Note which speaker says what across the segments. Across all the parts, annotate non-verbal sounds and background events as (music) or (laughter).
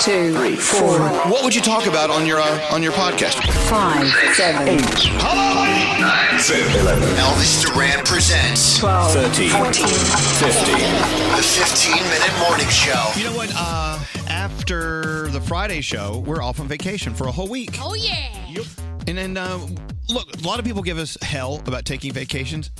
Speaker 1: Two, three, four.
Speaker 2: What would you talk about on your uh, on your podcast?
Speaker 1: Five, seven, eight.
Speaker 2: Hello. Eight, nine, seven, eleven. Elvis Duran presents.
Speaker 1: 12, 13, 14,
Speaker 2: 15. The 15 minute morning show.
Speaker 3: You know what? Uh, after the Friday show, we're off on vacation for a whole week.
Speaker 4: Oh, yeah.
Speaker 3: Yep. And then, uh, look, a lot of people give us hell about taking vacations.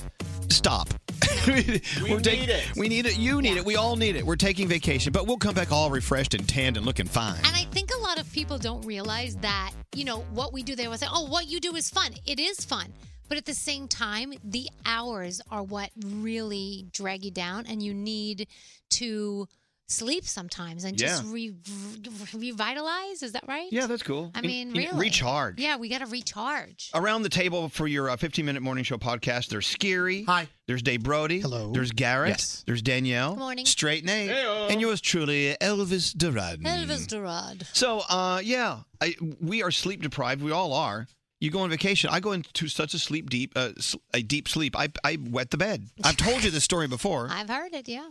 Speaker 3: Stop. (laughs) we
Speaker 5: need it.
Speaker 3: We need it. You need it. We all need it. We're taking vacation, but we'll come back all refreshed and tanned and looking fine.
Speaker 4: And I think a lot of people don't realize that, you know, what we do, they will say, oh, what you do is fun. It is fun. But at the same time, the hours are what really drag you down, and you need to sleep sometimes and just
Speaker 3: Yeah.
Speaker 4: re- re- revitalize. Is that right?
Speaker 3: Yeah, that's cool.
Speaker 4: I
Speaker 3: And-
Speaker 4: mean,
Speaker 3: and
Speaker 4: really.
Speaker 3: recharge.
Speaker 4: Yeah, we got to recharge.
Speaker 3: Around the table for your uh, 15 minute morning show podcast, there's Scary. Hi. There's Dave Brody. Hello. There's Garrett. Yes. There's Danielle.
Speaker 4: Good morning.
Speaker 3: Straight Nate. And yours truly, Elvis Duran.
Speaker 4: Elvis Durad.
Speaker 3: So, uh, yeah, I, we are sleep deprived. We all are. You go on vacation. I go into such a sleep deep, uh, s- a deep sleep. I, I wet the bed. I've told you this story before.
Speaker 4: I've heard it, yeah.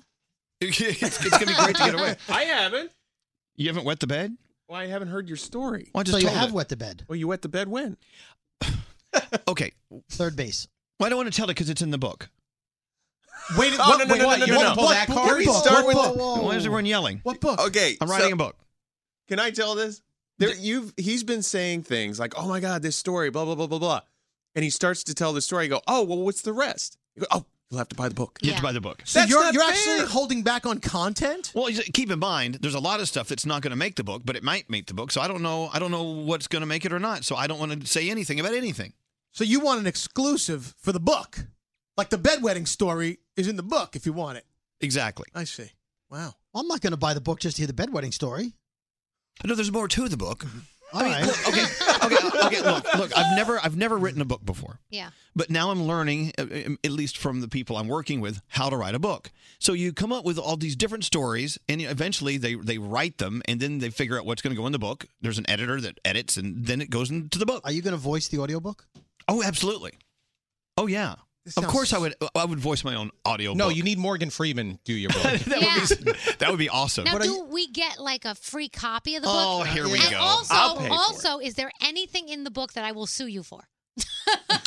Speaker 3: it's, it's gonna be great to get away.
Speaker 5: (laughs) I haven't.
Speaker 3: (laughs) You haven't wet the bed?
Speaker 5: Well, I haven't heard your story.
Speaker 3: Well, I just
Speaker 6: So you
Speaker 3: told
Speaker 6: have
Speaker 3: it.
Speaker 6: wet the bed.
Speaker 5: Well, you wet the bed when?
Speaker 3: (laughs) Okay.
Speaker 6: Third base.
Speaker 3: Well, I don't want to tell it because it's in the book.
Speaker 6: Wait,
Speaker 5: Oh, what- no, no, wait, no, what- no, no, what- no. what-
Speaker 6: What,
Speaker 5: that card?
Speaker 6: book?
Speaker 5: Can we
Speaker 6: What
Speaker 5: start with
Speaker 6: book?
Speaker 3: Why is everyone yelling?
Speaker 6: What book?
Speaker 5: Okay,
Speaker 3: I'm writing
Speaker 5: so-
Speaker 3: a book.
Speaker 5: Can I tell this? There, you've he's been saying things like, "Oh my God, this story," blah blah blah blah blah, and he starts to tell the story. I go, oh well, what's the rest? You go, oh, you'll have to buy the book.
Speaker 3: You have to buy the book.
Speaker 6: So
Speaker 5: That's
Speaker 6: you're
Speaker 5: not
Speaker 6: you're
Speaker 5: fair.
Speaker 6: actually holding back on content?
Speaker 3: Well, you- keep in mind, there's a lot of stuff that's not going to make the book, but it might make the book. So I don't know. I don't know what's going to make it or not. So I don't want to say anything about anything.
Speaker 6: So you want an exclusive for the book. Like the bedwetting story is in the book if you want it.
Speaker 3: Exactly.
Speaker 6: I see. Wow. I'm not going to buy the book just to hear the bedwetting story.
Speaker 3: No, there's more to the book.
Speaker 6: All right.
Speaker 3: Okay, look, look. I've never, I've never written a book before,
Speaker 4: Yeah.
Speaker 3: but now I'm learning, uh, um, at least from the people I'm working with, how to write a book. So you come up with all these different stories, and eventually they they write them, and then they figure out what's going to go in the book. There's an editor that edits, and then it goes into the book.
Speaker 6: Are you going to voice the audiobook?
Speaker 3: Oh, absolutely. Oh yeah.
Speaker 6: This
Speaker 3: Of
Speaker 6: sounds-
Speaker 3: course, I would. I would voice my own audio.
Speaker 7: No, you need Morgan Freeman do your book.
Speaker 4: yeah.
Speaker 3: (laughs) that would be awesome.
Speaker 4: Now, do we get like a free copy of the
Speaker 7: Oh,
Speaker 4: book?
Speaker 7: here we
Speaker 4: and
Speaker 7: go.
Speaker 4: Also,
Speaker 3: I'll pay for
Speaker 4: also, is there anything in the book that I will sue you for?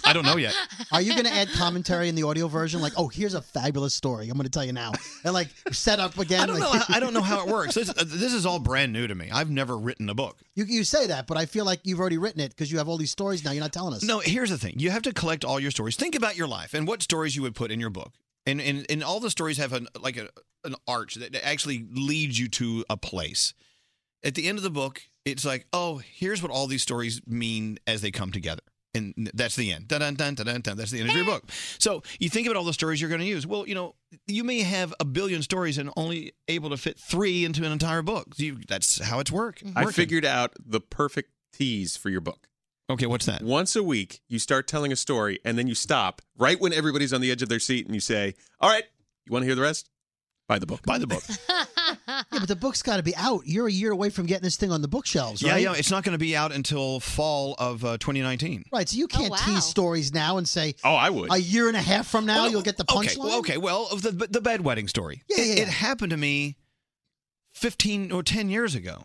Speaker 3: I don't know yet.
Speaker 6: Are you going to add commentary in the audio version? Like, oh, here's a fabulous story. I'm going to tell you now. And like set up again.
Speaker 3: I don't know.
Speaker 6: like-
Speaker 3: I don't know how it
Speaker 6: (laughs)
Speaker 3: works. This, uh, this is all brand new to me. I've never written a book.
Speaker 6: You, you say that, but I feel like you've already written it because you have all these stories now. You're not telling us.
Speaker 3: No, here's the thing. You have to collect all your stories. Think about your life and what stories you would put in your book. And and, and all the stories have an like a, an arch that actually leads you to a place. At the end of the book, it's like, oh, here's what all these stories mean as they come together. And that's the end. Dun, dun, dun, dun, dun, dun. That's the end of your book. So you think about all the stories you're going to use. Well, you know, you may have a billion stories and only able to fit three into an entire book. You, that's how it's work.
Speaker 5: I
Speaker 3: working.
Speaker 5: figured out the perfect tease for your book.
Speaker 3: Okay, what's that?
Speaker 5: Once a week, you start telling a story and then you stop right when everybody's on the edge of their seat and you say, All right, you want to hear the rest? Buy the book.
Speaker 3: Buy the book.
Speaker 6: (laughs) yeah, but the book's got to be out. You're a year away from getting this thing on the bookshelves,
Speaker 3: Yeah,
Speaker 6: right?
Speaker 3: yeah. It's not going to be out until fall of uh, 2019.
Speaker 6: Right, so you can't tease stories now and say
Speaker 3: Oh, I would.
Speaker 6: a year and a half from now
Speaker 3: Well,
Speaker 6: you'll get the
Speaker 3: okay,
Speaker 6: punchline.
Speaker 3: well, okay, well, of the the bedwetting story.
Speaker 6: Yeah,
Speaker 3: it,
Speaker 6: yeah, yeah.
Speaker 3: it happened to me 15 or 10 years ago.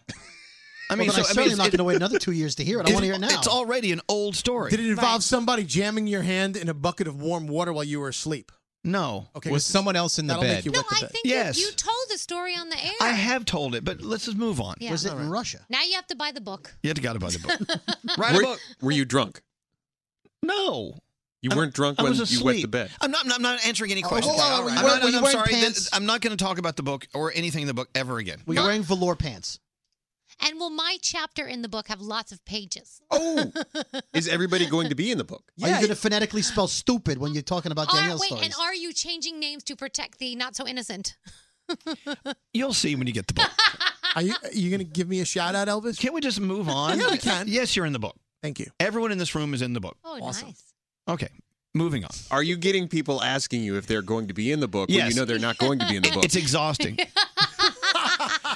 Speaker 3: I mean,
Speaker 6: Well,
Speaker 3: so
Speaker 6: then I'm
Speaker 3: I mean,
Speaker 6: certainly
Speaker 3: it's-
Speaker 6: not
Speaker 3: it-
Speaker 6: going to wait another two years to hear it. I
Speaker 3: it's-
Speaker 6: want to hear it now.
Speaker 3: It's already an old story.
Speaker 6: Did it involve somebody jamming your hand in a bucket of warm water while you were asleep?
Speaker 3: No.
Speaker 6: Okay.
Speaker 7: Was someone else in the
Speaker 6: that'll
Speaker 7: bed?
Speaker 6: Make you wet the bed.
Speaker 4: think
Speaker 3: Yes.
Speaker 4: you, you told the story on the air.
Speaker 3: I have told it, but let's just move on.
Speaker 4: Yeah. Was it in
Speaker 6: Russia?
Speaker 4: now you have to buy the book.
Speaker 3: You had to got to buy the
Speaker 4: (laughs)
Speaker 3: book. Write a
Speaker 5: were,
Speaker 3: book.
Speaker 5: were you drunk?
Speaker 3: No.
Speaker 5: You
Speaker 3: I'm-
Speaker 5: weren't drunk
Speaker 3: I
Speaker 5: when
Speaker 3: was
Speaker 5: you wet the
Speaker 3: asleep.
Speaker 5: bed.
Speaker 3: I'm not, I'm not- I'm not answering any
Speaker 6: Oh,
Speaker 3: questions.
Speaker 6: whoa, whoa,
Speaker 3: All
Speaker 6: whoa,
Speaker 3: right.
Speaker 6: were
Speaker 3: I'm
Speaker 6: you-
Speaker 3: not-
Speaker 6: were you
Speaker 3: I'm
Speaker 6: wearing
Speaker 3: sorry.
Speaker 6: pants?
Speaker 3: This- I'm not going to talk about the book or anything in the book ever again.
Speaker 6: Were you wearing velour pants?
Speaker 4: And will my chapter in the book have lots of pages?
Speaker 5: Oh,
Speaker 6: (laughs)
Speaker 5: is everybody going to be in the book?
Speaker 6: Are you going to phonetically spell stupid when you're talking about
Speaker 4: Are-
Speaker 6: Danielle's
Speaker 4: Uh, wait,
Speaker 3: (laughs)
Speaker 6: stories?
Speaker 4: and are you changing names to protect the not so innocent?
Speaker 3: You'll see when you get the book.
Speaker 6: (laughs) Are you, are you going to give me a shout out, Elvis?
Speaker 3: Can we just move on?
Speaker 6: Yeah, we can.
Speaker 3: Yes, you're in the book.
Speaker 6: Thank you.
Speaker 3: Everyone in this room is in the book.
Speaker 4: Oh, nice.
Speaker 3: Okay, moving on.
Speaker 5: Are you getting people asking you if they're going to be in the book when
Speaker 3: Yes.
Speaker 5: you know they're not going
Speaker 3: (laughs)
Speaker 5: to be in the book?
Speaker 3: It's
Speaker 4: (laughs)
Speaker 3: exhausting.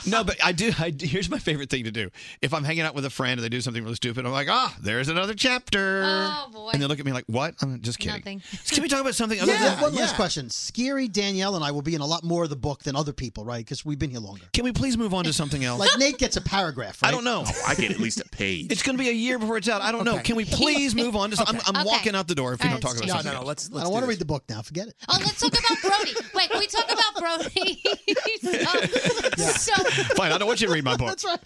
Speaker 3: no, but I do. I do- here's my favorite thing to do. If I'm hanging out with a friend and they do something really stupid, I'm like, ah, there's another chapter.
Speaker 4: Oh, boy.
Speaker 3: And they look at me like, what? I'm just kidding.
Speaker 4: Nothing.
Speaker 3: Can we talk about something other
Speaker 6: Yeah,
Speaker 3: than
Speaker 6: one last question. Scary Danielle and I will be in a lot more of the book than other people, right? Because we've been here longer.
Speaker 3: Can we please move on to something else?
Speaker 6: Like Nate gets a paragraph. Right?
Speaker 3: I don't know.
Speaker 5: I get at least a page.
Speaker 3: It's going to be a year before it's out. I don't know.
Speaker 6: Okay.
Speaker 3: Can we please move on to something? I'm, I'm
Speaker 4: Okay.
Speaker 3: walking out the door if we
Speaker 4: All
Speaker 3: don't
Speaker 4: right,
Speaker 3: talk
Speaker 4: let's
Speaker 3: about
Speaker 4: change
Speaker 3: something.
Speaker 4: it.
Speaker 3: else.
Speaker 6: let's. I don't want to read the book now. Forget it.
Speaker 4: Oh, let's talk about Brody. Wait, can we talk about Brody? (laughs) so, so
Speaker 3: (laughs) Fine, I don't want you to read my book.
Speaker 6: That's right.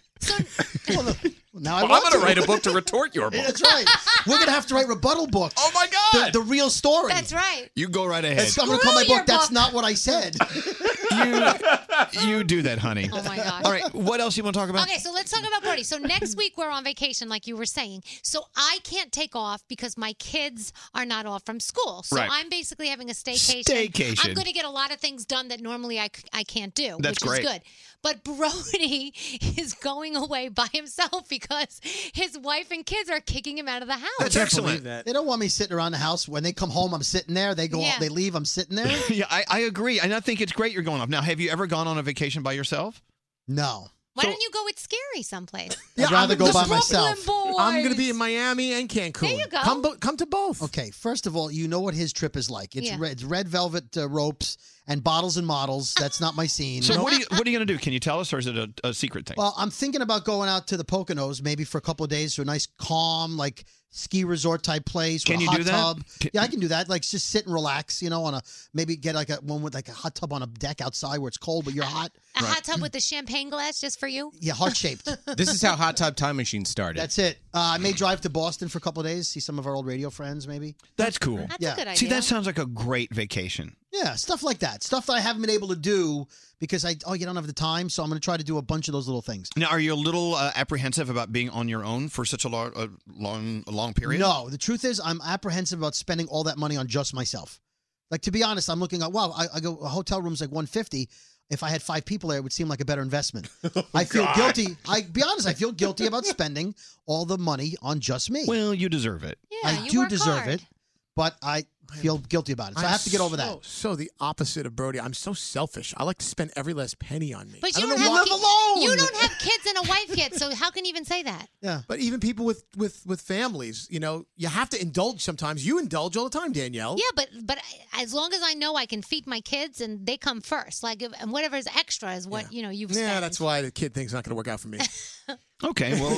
Speaker 6: well, no, now I
Speaker 5: Well, I'm
Speaker 6: want
Speaker 5: going to
Speaker 6: to
Speaker 5: write a book to
Speaker 6: (laughs)
Speaker 5: retort your book.
Speaker 6: That's right. We're gonna have to write rebuttal books. Oh
Speaker 3: my God.
Speaker 6: The, the real story.
Speaker 4: that's right.
Speaker 3: You go right ahead.
Speaker 6: That's- I'm gonna call my
Speaker 4: Screw
Speaker 6: book,
Speaker 4: your
Speaker 6: That's
Speaker 4: book."
Speaker 6: Not What (laughs) I Said.
Speaker 3: you, (laughs) you do that, honey.
Speaker 4: Oh, my gosh.
Speaker 3: All right, what else you want to talk about?
Speaker 4: Okay, so let's talk
Speaker 3: (laughs)
Speaker 4: about Brody. So next week we're on vacation, like you were saying. So I can't take off because my kids are not off from school. So
Speaker 3: Right.
Speaker 4: I'm basically having a staycation.
Speaker 3: Staycation.
Speaker 4: I'm going to get a lot of things done that normally I, c- I can't do,
Speaker 3: That's
Speaker 4: which
Speaker 3: great.
Speaker 4: is good. But Brody (laughs) is going away by himself (laughs) because his wife and kids are kicking him out of the house.
Speaker 3: That's excellent.
Speaker 6: They don't want me sitting around the house. When they come home, I'm sitting there. They go,
Speaker 4: Yeah.
Speaker 6: they leave. I'm sitting there.
Speaker 3: (laughs) yeah, I, I agree. And I think it's great you're going off. Now, have you ever gone on a vacation by yourself?
Speaker 6: No.
Speaker 4: Why don't you go with
Speaker 3: (laughs)
Speaker 4: Scary someplace?
Speaker 6: I'd rather go by
Speaker 4: Brooklyn
Speaker 6: myself.
Speaker 4: Boys.
Speaker 6: in Miami and Cancun. There
Speaker 4: you go. Come
Speaker 6: come to both. Okay, first of all, you know what his trip is like. It's
Speaker 4: Yeah.
Speaker 6: red, it's red velvet uh, ropes, and bottles and models. That's not my scene.
Speaker 3: So what are you what are you gonna do? Can you tell us, or is it a, a secret thing?
Speaker 6: Well, I'm thinking about going out to the Poconos maybe for a couple of days to a nice, calm, like ski resort type place.
Speaker 3: Can
Speaker 6: with a
Speaker 3: you
Speaker 6: hot
Speaker 3: do that?
Speaker 6: tub. Yeah, I can do that. Like just sit and relax, you know, on a maybe get like a one with like a hot tub on a deck outside where it's cold but you're hot.
Speaker 4: A hot tub with a champagne glass just for you?
Speaker 6: Yeah,
Speaker 3: (laughs)
Speaker 6: heart shaped.
Speaker 7: This
Speaker 4: (laughs)
Speaker 7: is how Hot Tub Time Machine started.
Speaker 6: That's it. Uh, I may drive to Boston for a couple of days, see some of our old radio friends, maybe.
Speaker 3: That's cool. That's
Speaker 6: a Yeah. good
Speaker 3: See,
Speaker 6: idea.
Speaker 3: that sounds like a great vacation.
Speaker 6: Yeah, stuff like that. Stuff that I haven't been able to do because I oh you don't have the time, so I'm going to try to do a bunch of those little things.
Speaker 3: Now, are you a little uh, apprehensive about being on your own for such a long, a long, a long period?
Speaker 6: No, the truth is I'm apprehensive about spending all that money on just myself. Like to be honest, I'm looking at wow, I, I go a hotel room's like 150. If I had five people there, it would seem like a
Speaker 3: (laughs)
Speaker 6: better investment. I feel
Speaker 3: Oh, God.
Speaker 6: guilty. I be honest, I feel guilty about spending all the money on just me.
Speaker 3: Well, you deserve it.
Speaker 6: I do deserve it, but I
Speaker 3: (laughs)
Speaker 6: feel guilty about it. So i
Speaker 8: I'm
Speaker 6: have to get over that.
Speaker 8: so- So the opposite of Brody, I'm so selfish. I like to spend every last penny on me.
Speaker 4: But
Speaker 8: I
Speaker 4: you
Speaker 8: don't
Speaker 4: don't,
Speaker 8: know
Speaker 4: have
Speaker 8: why-
Speaker 4: ki- You don't have kids and a wife yet, so how can you even say that?
Speaker 6: Yeah.
Speaker 8: But even people with with with families, you know, you have to indulge sometimes. You indulge all the time, Danielle.
Speaker 4: Yeah, but but I- as long as I know I can feed my kids and they come first, like if, and whatever's extra is what you know you've
Speaker 8: Yeah,
Speaker 4: spent.
Speaker 8: that's why the kid thing's not going to work out for me.
Speaker 3: Okay. Well,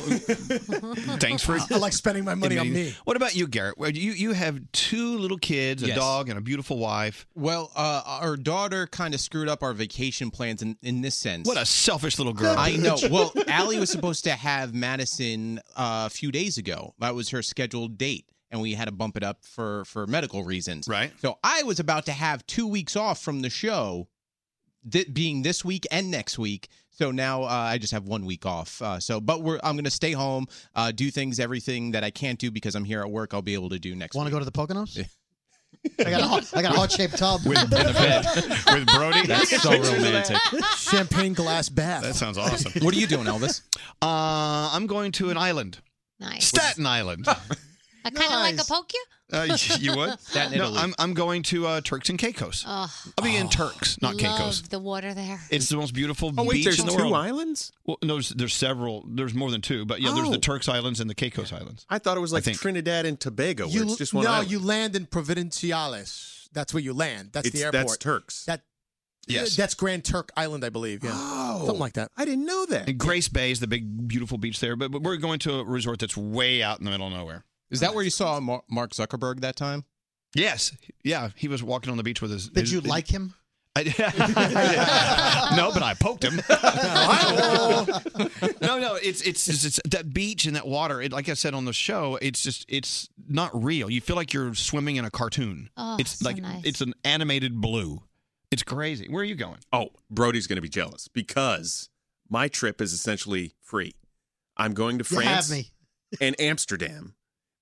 Speaker 3: thanks for.
Speaker 8: I like spending my money on
Speaker 3: admitting-
Speaker 8: me.
Speaker 3: What about you, Garrett? Well, You you have two little kids, a
Speaker 7: Yes.
Speaker 3: dog, and a beautiful wife.
Speaker 7: Well, uh, our daughter kind of screwed up our vacation plans in, in this sense.
Speaker 3: What a selfish little girl.
Speaker 7: (laughs) I
Speaker 6: (laughs)
Speaker 7: know. Well, Allie was supposed to have Madison uh, a few days ago. That was her scheduled date, and we had to bump it up for for medical reasons. Right. So I was about to have two weeks off from the show, th- being this week and next week. So now uh, I just have one week off. Uh, so, but we're I'm going to stay home, uh, do things, everything that I can't do because I'm here at work. I'll be able to do next.
Speaker 6: Want to
Speaker 7: week.
Speaker 6: go to
Speaker 7: (laughs)
Speaker 6: the Poconos? I got a heart- I got a heart shaped tub (laughs)
Speaker 3: with Brody.
Speaker 7: That's so romantic.
Speaker 8: Champagne glass bath.
Speaker 3: That sounds awesome.
Speaker 7: What are you doing, Elvis?
Speaker 3: Uh, I'm going to an island.
Speaker 4: Nice.
Speaker 7: (laughs)
Speaker 3: Staten Island.
Speaker 4: I kind of like a poke you.
Speaker 3: Uh, y- (laughs) you would?
Speaker 4: That (laughs) in
Speaker 3: no,
Speaker 4: Italy.
Speaker 3: I'm, I'm going to uh, Turks and Caicos.
Speaker 4: Oh,
Speaker 3: I'll be in Turks, not
Speaker 4: love
Speaker 3: Caicos.
Speaker 4: the water there.
Speaker 3: It's the most beautiful
Speaker 5: Oh, wait,
Speaker 3: beach
Speaker 5: there's
Speaker 3: in the
Speaker 5: two
Speaker 3: world.
Speaker 5: islands?
Speaker 3: Well, no, there's, there's several. There's more than two, but yeah, there's the
Speaker 8: Oh.
Speaker 3: Turks Islands and the Caicos Islands.
Speaker 5: I thought it was like Trinidad and Tobago. Where it's just one
Speaker 8: no,
Speaker 5: island.
Speaker 8: you land in Providenciales. That's where you land. That's
Speaker 5: It's-
Speaker 8: the
Speaker 5: that's
Speaker 8: airport.
Speaker 5: Turks.
Speaker 8: That
Speaker 3: Yes. Oh.
Speaker 8: that's Grand Turk Island, I believe. Yeah, something like that.
Speaker 5: I didn't know that.
Speaker 3: And Grace Bay is the big, beautiful beach there, but, but we're going to a resort that's way out in the middle of nowhere.
Speaker 7: Is that where you saw Mar- Mark Zuckerberg that time?
Speaker 3: Yes. Yeah. He was walking on the beach with his.
Speaker 6: Did
Speaker 3: his-
Speaker 6: you like him?
Speaker 3: I, (laughs) no, but I poked
Speaker 5: (laughs)
Speaker 3: him. no, no, it's, it's it's it's that beach and that water. It, like I said on the show, it's just it's not real. You feel like you're swimming in a cartoon.
Speaker 4: Oh,
Speaker 3: it's
Speaker 4: so
Speaker 3: like
Speaker 4: nice.
Speaker 3: it's an animated blue. It's crazy. Where are you going?
Speaker 5: Oh, Brody's going to be jealous because my trip is essentially free. I'm going to
Speaker 6: You have
Speaker 5: France
Speaker 6: me.
Speaker 5: and Amsterdam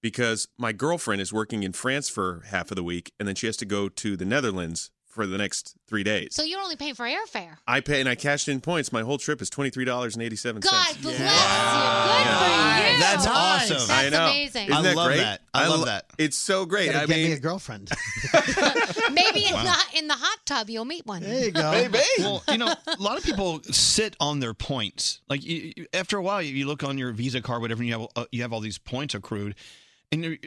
Speaker 5: because my girlfriend is working in France for half of the week and then she has to go to the Netherlands for the next three days.
Speaker 4: So you're only paying for airfare.
Speaker 5: I pay and I cashed in points. My whole trip is twenty three dollars and eighty seven
Speaker 4: God
Speaker 5: cents.
Speaker 4: bless you. Good for you.
Speaker 3: That's awesome. That's
Speaker 5: I know.
Speaker 4: amazing.
Speaker 5: Isn't
Speaker 4: I
Speaker 5: that
Speaker 3: love
Speaker 5: great?
Speaker 3: that. I love
Speaker 5: lo-
Speaker 3: that.
Speaker 5: It's so great.
Speaker 6: Gotta
Speaker 5: I
Speaker 6: get me
Speaker 5: mean,
Speaker 6: a girlfriend.
Speaker 4: (laughs) Maybe in
Speaker 3: Wow.
Speaker 4: the in the hot tub you'll meet one.
Speaker 6: There you go.
Speaker 4: (laughs)
Speaker 3: Well, you know, a lot of people sit on their points. Like you, you- after a while, you, you look on your Visa card, whatever, and you have uh, you have all these points accrued, and you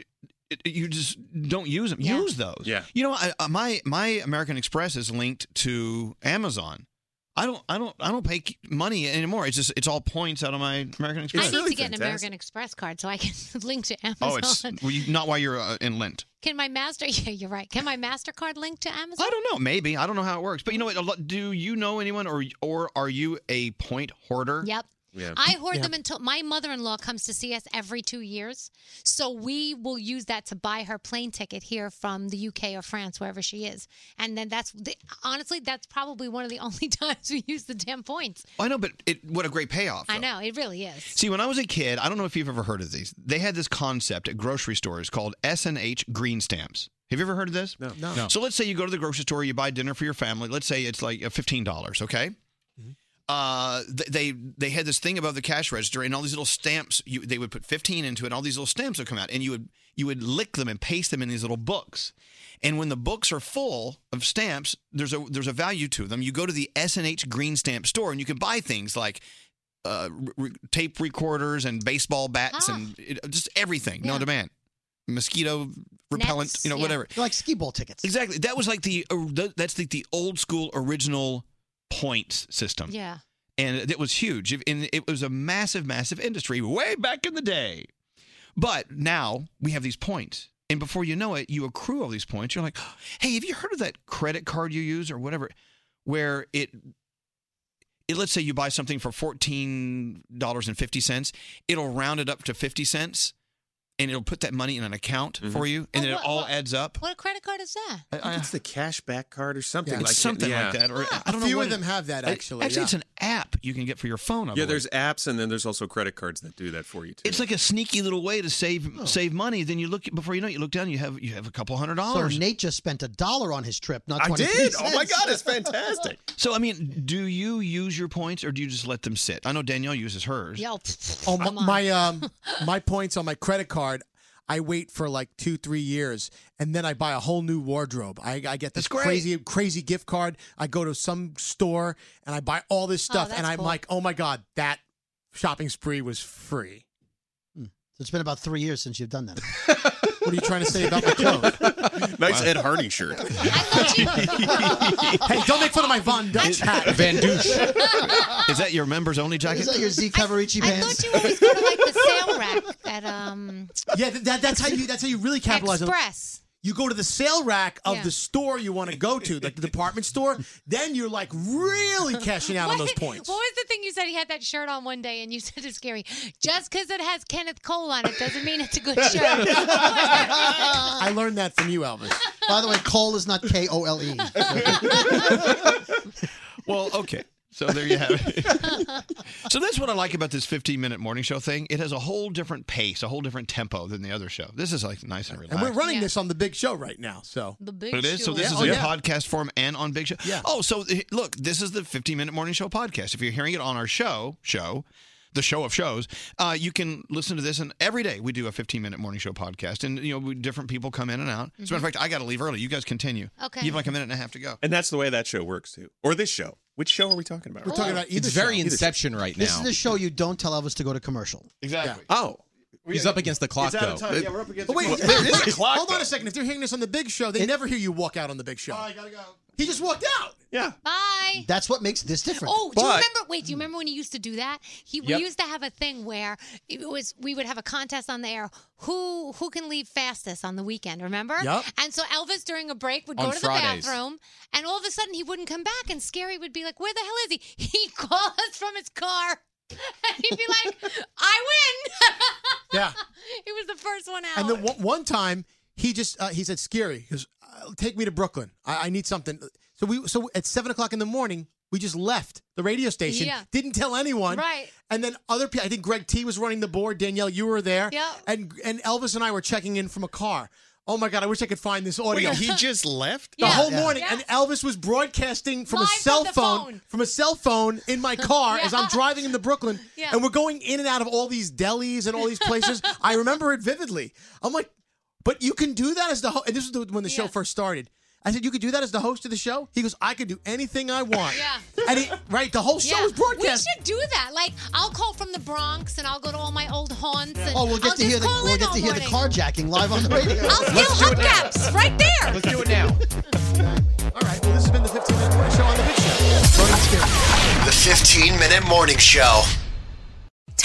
Speaker 3: you just don't use them. Use those.
Speaker 5: Yeah.
Speaker 3: You know, I, I- my my American Express is linked to Amazon. I don't I don't I don't pay c- money anymore. It's just it's all points out of my American
Speaker 4: I
Speaker 3: Express.
Speaker 4: need to get an American Express card so I can (laughs) link to Amazon.
Speaker 3: Oh, it's well, you, not while you're uh, in Lent.
Speaker 4: Can my master? (laughs) Yeah, you're right. Can my Mastercard link to Amazon?
Speaker 3: I don't know. Oh, Maybe I don't know how it works. But you know what? A lot- Do you know anyone, or or are you a point hoarder?
Speaker 4: Yep. I hoard them until my mother-in-law comes to see us every two years, so we will use that to buy her plane ticket here from the UK or France, wherever she is. And then that's the, honestly, that's probably one of the (laughs) only times we use the damn points.
Speaker 3: Oh, I know, but it, what a great payoff.
Speaker 4: I know it really is.
Speaker 3: See, when I was a kid, I don't know if you've ever heard of these. They had this concept at grocery stores called S&H green stamps. Have you ever heard of this? No.
Speaker 8: No. No.
Speaker 3: So let's say you go to the grocery store, you buy dinner for your family. Let's say it's like uh, $15, okay? Uh, th- they they had this thing above the cash register, and all these little stamps. You, they would put fifteen into it. And all these little stamps would come out, and you would you would lick them and paste them in these little books. And when the books are full of stamps, there's a there's a value to them. You go to the S and H Green Stamp store, and you can buy things like
Speaker 6: Ah.
Speaker 3: uh, re- re- tape recorders and baseball bats and it, just everything. No demand. mosquito repellent,
Speaker 6: Nets,
Speaker 3: you know,
Speaker 6: yeah.
Speaker 3: whatever.
Speaker 6: They're like ski ball tickets.
Speaker 3: Exactly. That was like the or th- that's like the old school original points system.
Speaker 4: Yeah.
Speaker 3: And it was huge. And it was a massive, massive industry way back in the day. But now we have these points. And before you know it, you accrue all these points. You're like, (gasps) hey, have you heard of that credit card you use or whatever? Where it it, let's say you buy something for $14.50, it'll round it up to 50 cents and it'll put that money in an account
Speaker 5: Mm-hmm.
Speaker 3: for you and then it all adds up.
Speaker 4: What credit card is that?
Speaker 3: I,
Speaker 8: Uh,
Speaker 3: think it's
Speaker 5: the cash back card or something
Speaker 3: It's
Speaker 5: like that.
Speaker 3: something
Speaker 5: Yeah.
Speaker 3: like that. Or,
Speaker 5: Ah.
Speaker 3: I don't
Speaker 8: A
Speaker 3: know
Speaker 8: few
Speaker 3: what
Speaker 8: of
Speaker 3: it-
Speaker 8: them have that,
Speaker 3: I-
Speaker 8: actually,
Speaker 3: Actually,
Speaker 8: yeah.
Speaker 3: it's an app you can get for your phone. I
Speaker 5: Yeah,
Speaker 3: believe.
Speaker 5: there's apps and then there's also credit cards that do that for you too.
Speaker 3: It's like a sneaky little way to save
Speaker 8: Oh.
Speaker 3: save money. Then you look before you know it, you look down, you have you have a couple hundred
Speaker 6: So
Speaker 3: dollars.
Speaker 6: Nate just spent a dollar on his trip, not
Speaker 3: I
Speaker 6: 23
Speaker 3: did! Oh my
Speaker 6: cents.
Speaker 3: God, it's
Speaker 8: (laughs)
Speaker 3: fantastic. So I mean, do you use your points or do you just let them sit? I know Danielle uses hers.
Speaker 4: Yo,
Speaker 8: Oh, my,
Speaker 4: come on.
Speaker 8: my
Speaker 4: (laughs)
Speaker 8: um, my points on my credit card. I wait for like two, three years, and then I buy a whole new wardrobe. I, I get this
Speaker 3: great.
Speaker 8: crazy, crazy gift card. I go to some store and I buy all this
Speaker 6: Oh,
Speaker 8: stuff,
Speaker 6: that's
Speaker 8: and I'm
Speaker 6: cool.
Speaker 8: like, oh my god, that shopping spree was free.
Speaker 6: Hmm. So it's been about three years since you've done that.
Speaker 8: What are you trying to say about my
Speaker 4: (laughs)
Speaker 8: clothes?
Speaker 6: (laughs)
Speaker 5: nice Ed Hardy shirt.
Speaker 8: (laughs)
Speaker 3: (laughs)
Speaker 8: hey, don't make fun of my Von Dutch hat.
Speaker 3: Van Douche.
Speaker 8: (laughs)
Speaker 3: Is that your members only jacket?
Speaker 6: Is that your Z Cavarici pants?
Speaker 4: Always go to like the sale rack at um
Speaker 8: Yeah, th- that, that's how you. That's how you really capitalize. on-
Speaker 4: Express.
Speaker 8: You go to the sale rack of
Speaker 4: Yeah.
Speaker 8: the store you want to go to, like the department store. Then you're like really cashing out on those points.
Speaker 4: What was the thing you said? He had that shirt on one day, and you said it's scary. Just because it has Kenneth Cole on it doesn't mean it's
Speaker 8: (laughs)
Speaker 4: a good shirt.
Speaker 8: I learned that from you, Elvis.
Speaker 6: By the way, Cole is not K O L E.
Speaker 3: Well, okay. So there you have it.
Speaker 8: (laughs)
Speaker 3: so that's what I like about this 15 minute morning show thing. It has a whole different pace, a whole different tempo than the other show. This is like nice and
Speaker 8: And
Speaker 3: relaxed.
Speaker 8: we're running this on the big show right now, so
Speaker 4: the
Speaker 3: It is. So this
Speaker 8: Yeah,
Speaker 3: is
Speaker 8: oh,
Speaker 3: in
Speaker 8: yeah.
Speaker 3: podcast form and on Big Show. Yeah. Oh, so eh, look, this is the 15 minute morning show podcast. If you're hearing it on our show, show, the show of shows, uh, you can listen to this. And every day we do a 15 minute morning show podcast. And, you know, we, different people come in and out. As a matter of fact, I got to leave early. You guys continue.
Speaker 4: Mm-hmm. Okay.
Speaker 3: You have like a minute and a half to go.
Speaker 5: And that's the way that show works too. Or this show. Which show are we talking about?
Speaker 8: We're talking about either
Speaker 7: It's very
Speaker 8: show, either show.
Speaker 7: Inception right now.
Speaker 6: This is the show you don't tell Elvis to go to commercial.
Speaker 3: Exactly.
Speaker 5: Oh.
Speaker 7: He's up against the clock,
Speaker 5: out
Speaker 7: though.
Speaker 5: of time. Yeah, we're up against
Speaker 8: But wait,
Speaker 5: Well, there is a
Speaker 8: wait,
Speaker 5: clock,
Speaker 8: hold on
Speaker 5: though.
Speaker 8: a second. If they're hearing this on the big show, they never hear you walk out on the big show. I gotta go. He just walked out.
Speaker 5: Yeah.
Speaker 4: Bye.
Speaker 6: Uh, That's what makes this different.
Speaker 4: Oh, do you remember? Wait, do you remember when he used to do that? He
Speaker 6: Yep.
Speaker 4: we used to have a thing where it was we would have a contest on the air who who can leave fastest on the weekend. Remember?
Speaker 9: Yep.
Speaker 4: And so Elvis during a break would go
Speaker 9: On
Speaker 4: to
Speaker 9: Fridays.
Speaker 4: the bathroom, and all of a sudden he wouldn't come back, and Scary would be like, "Where the hell is he?" (laughs) He'd call us from his car. (laughs) And he'd be like, "I win." (laughs)
Speaker 8: Yeah.
Speaker 4: He was the first one out.
Speaker 8: And then one, one time, he just uh, he said, "Scary, he goes, uh, take me to Brooklyn. I, I need something." So we so at seven o'clock in the morning, we just left the radio station.
Speaker 4: Yeah.
Speaker 8: Didn't tell anyone.
Speaker 4: Right.
Speaker 8: And then other people. I think Greg T was running the board. Danielle, you were there.
Speaker 4: Yeah.
Speaker 8: And and Elvis and I were checking in from a car. Oh my God! I wish I could find this audio.
Speaker 5: Wait, he just left?
Speaker 8: the whole morning, and Elvis was broadcasting from
Speaker 5: Live
Speaker 8: a
Speaker 5: from
Speaker 8: cell
Speaker 5: the
Speaker 8: phone, from a cell phone in my car as I'm
Speaker 5: Yeah.
Speaker 8: driving into Brooklyn,
Speaker 5: Yeah.
Speaker 8: and we're going in and out of all these delis and all these places. I remember it vividly. I'm like, but you can do that as the host. And this was the, when the show first started. I said, you could do that as the host of the show. He goes, I could do anything I want.
Speaker 4: Yeah.
Speaker 8: And he, right, the whole show
Speaker 4: Yeah,
Speaker 8: was broadcast.
Speaker 4: We should do that. Like, I'll call from the Bronx and I'll go to all my old haunts. And
Speaker 6: Oh, we'll get
Speaker 4: I'll
Speaker 6: to hear
Speaker 4: just
Speaker 6: the
Speaker 4: call
Speaker 6: we'll
Speaker 4: in
Speaker 6: get
Speaker 4: all
Speaker 6: to hear
Speaker 4: morning.
Speaker 6: the carjacking live
Speaker 4: (laughs)
Speaker 6: on the radio.
Speaker 4: I'll steal hubcaps right there.
Speaker 7: Let's do it
Speaker 4: (laughs)
Speaker 7: now.
Speaker 8: All right. Well, this has been the 15 minute morning show on the Big Show. Ronan Skinner.
Speaker 2: The 15 Minute Morning Show.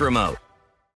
Speaker 10: remote.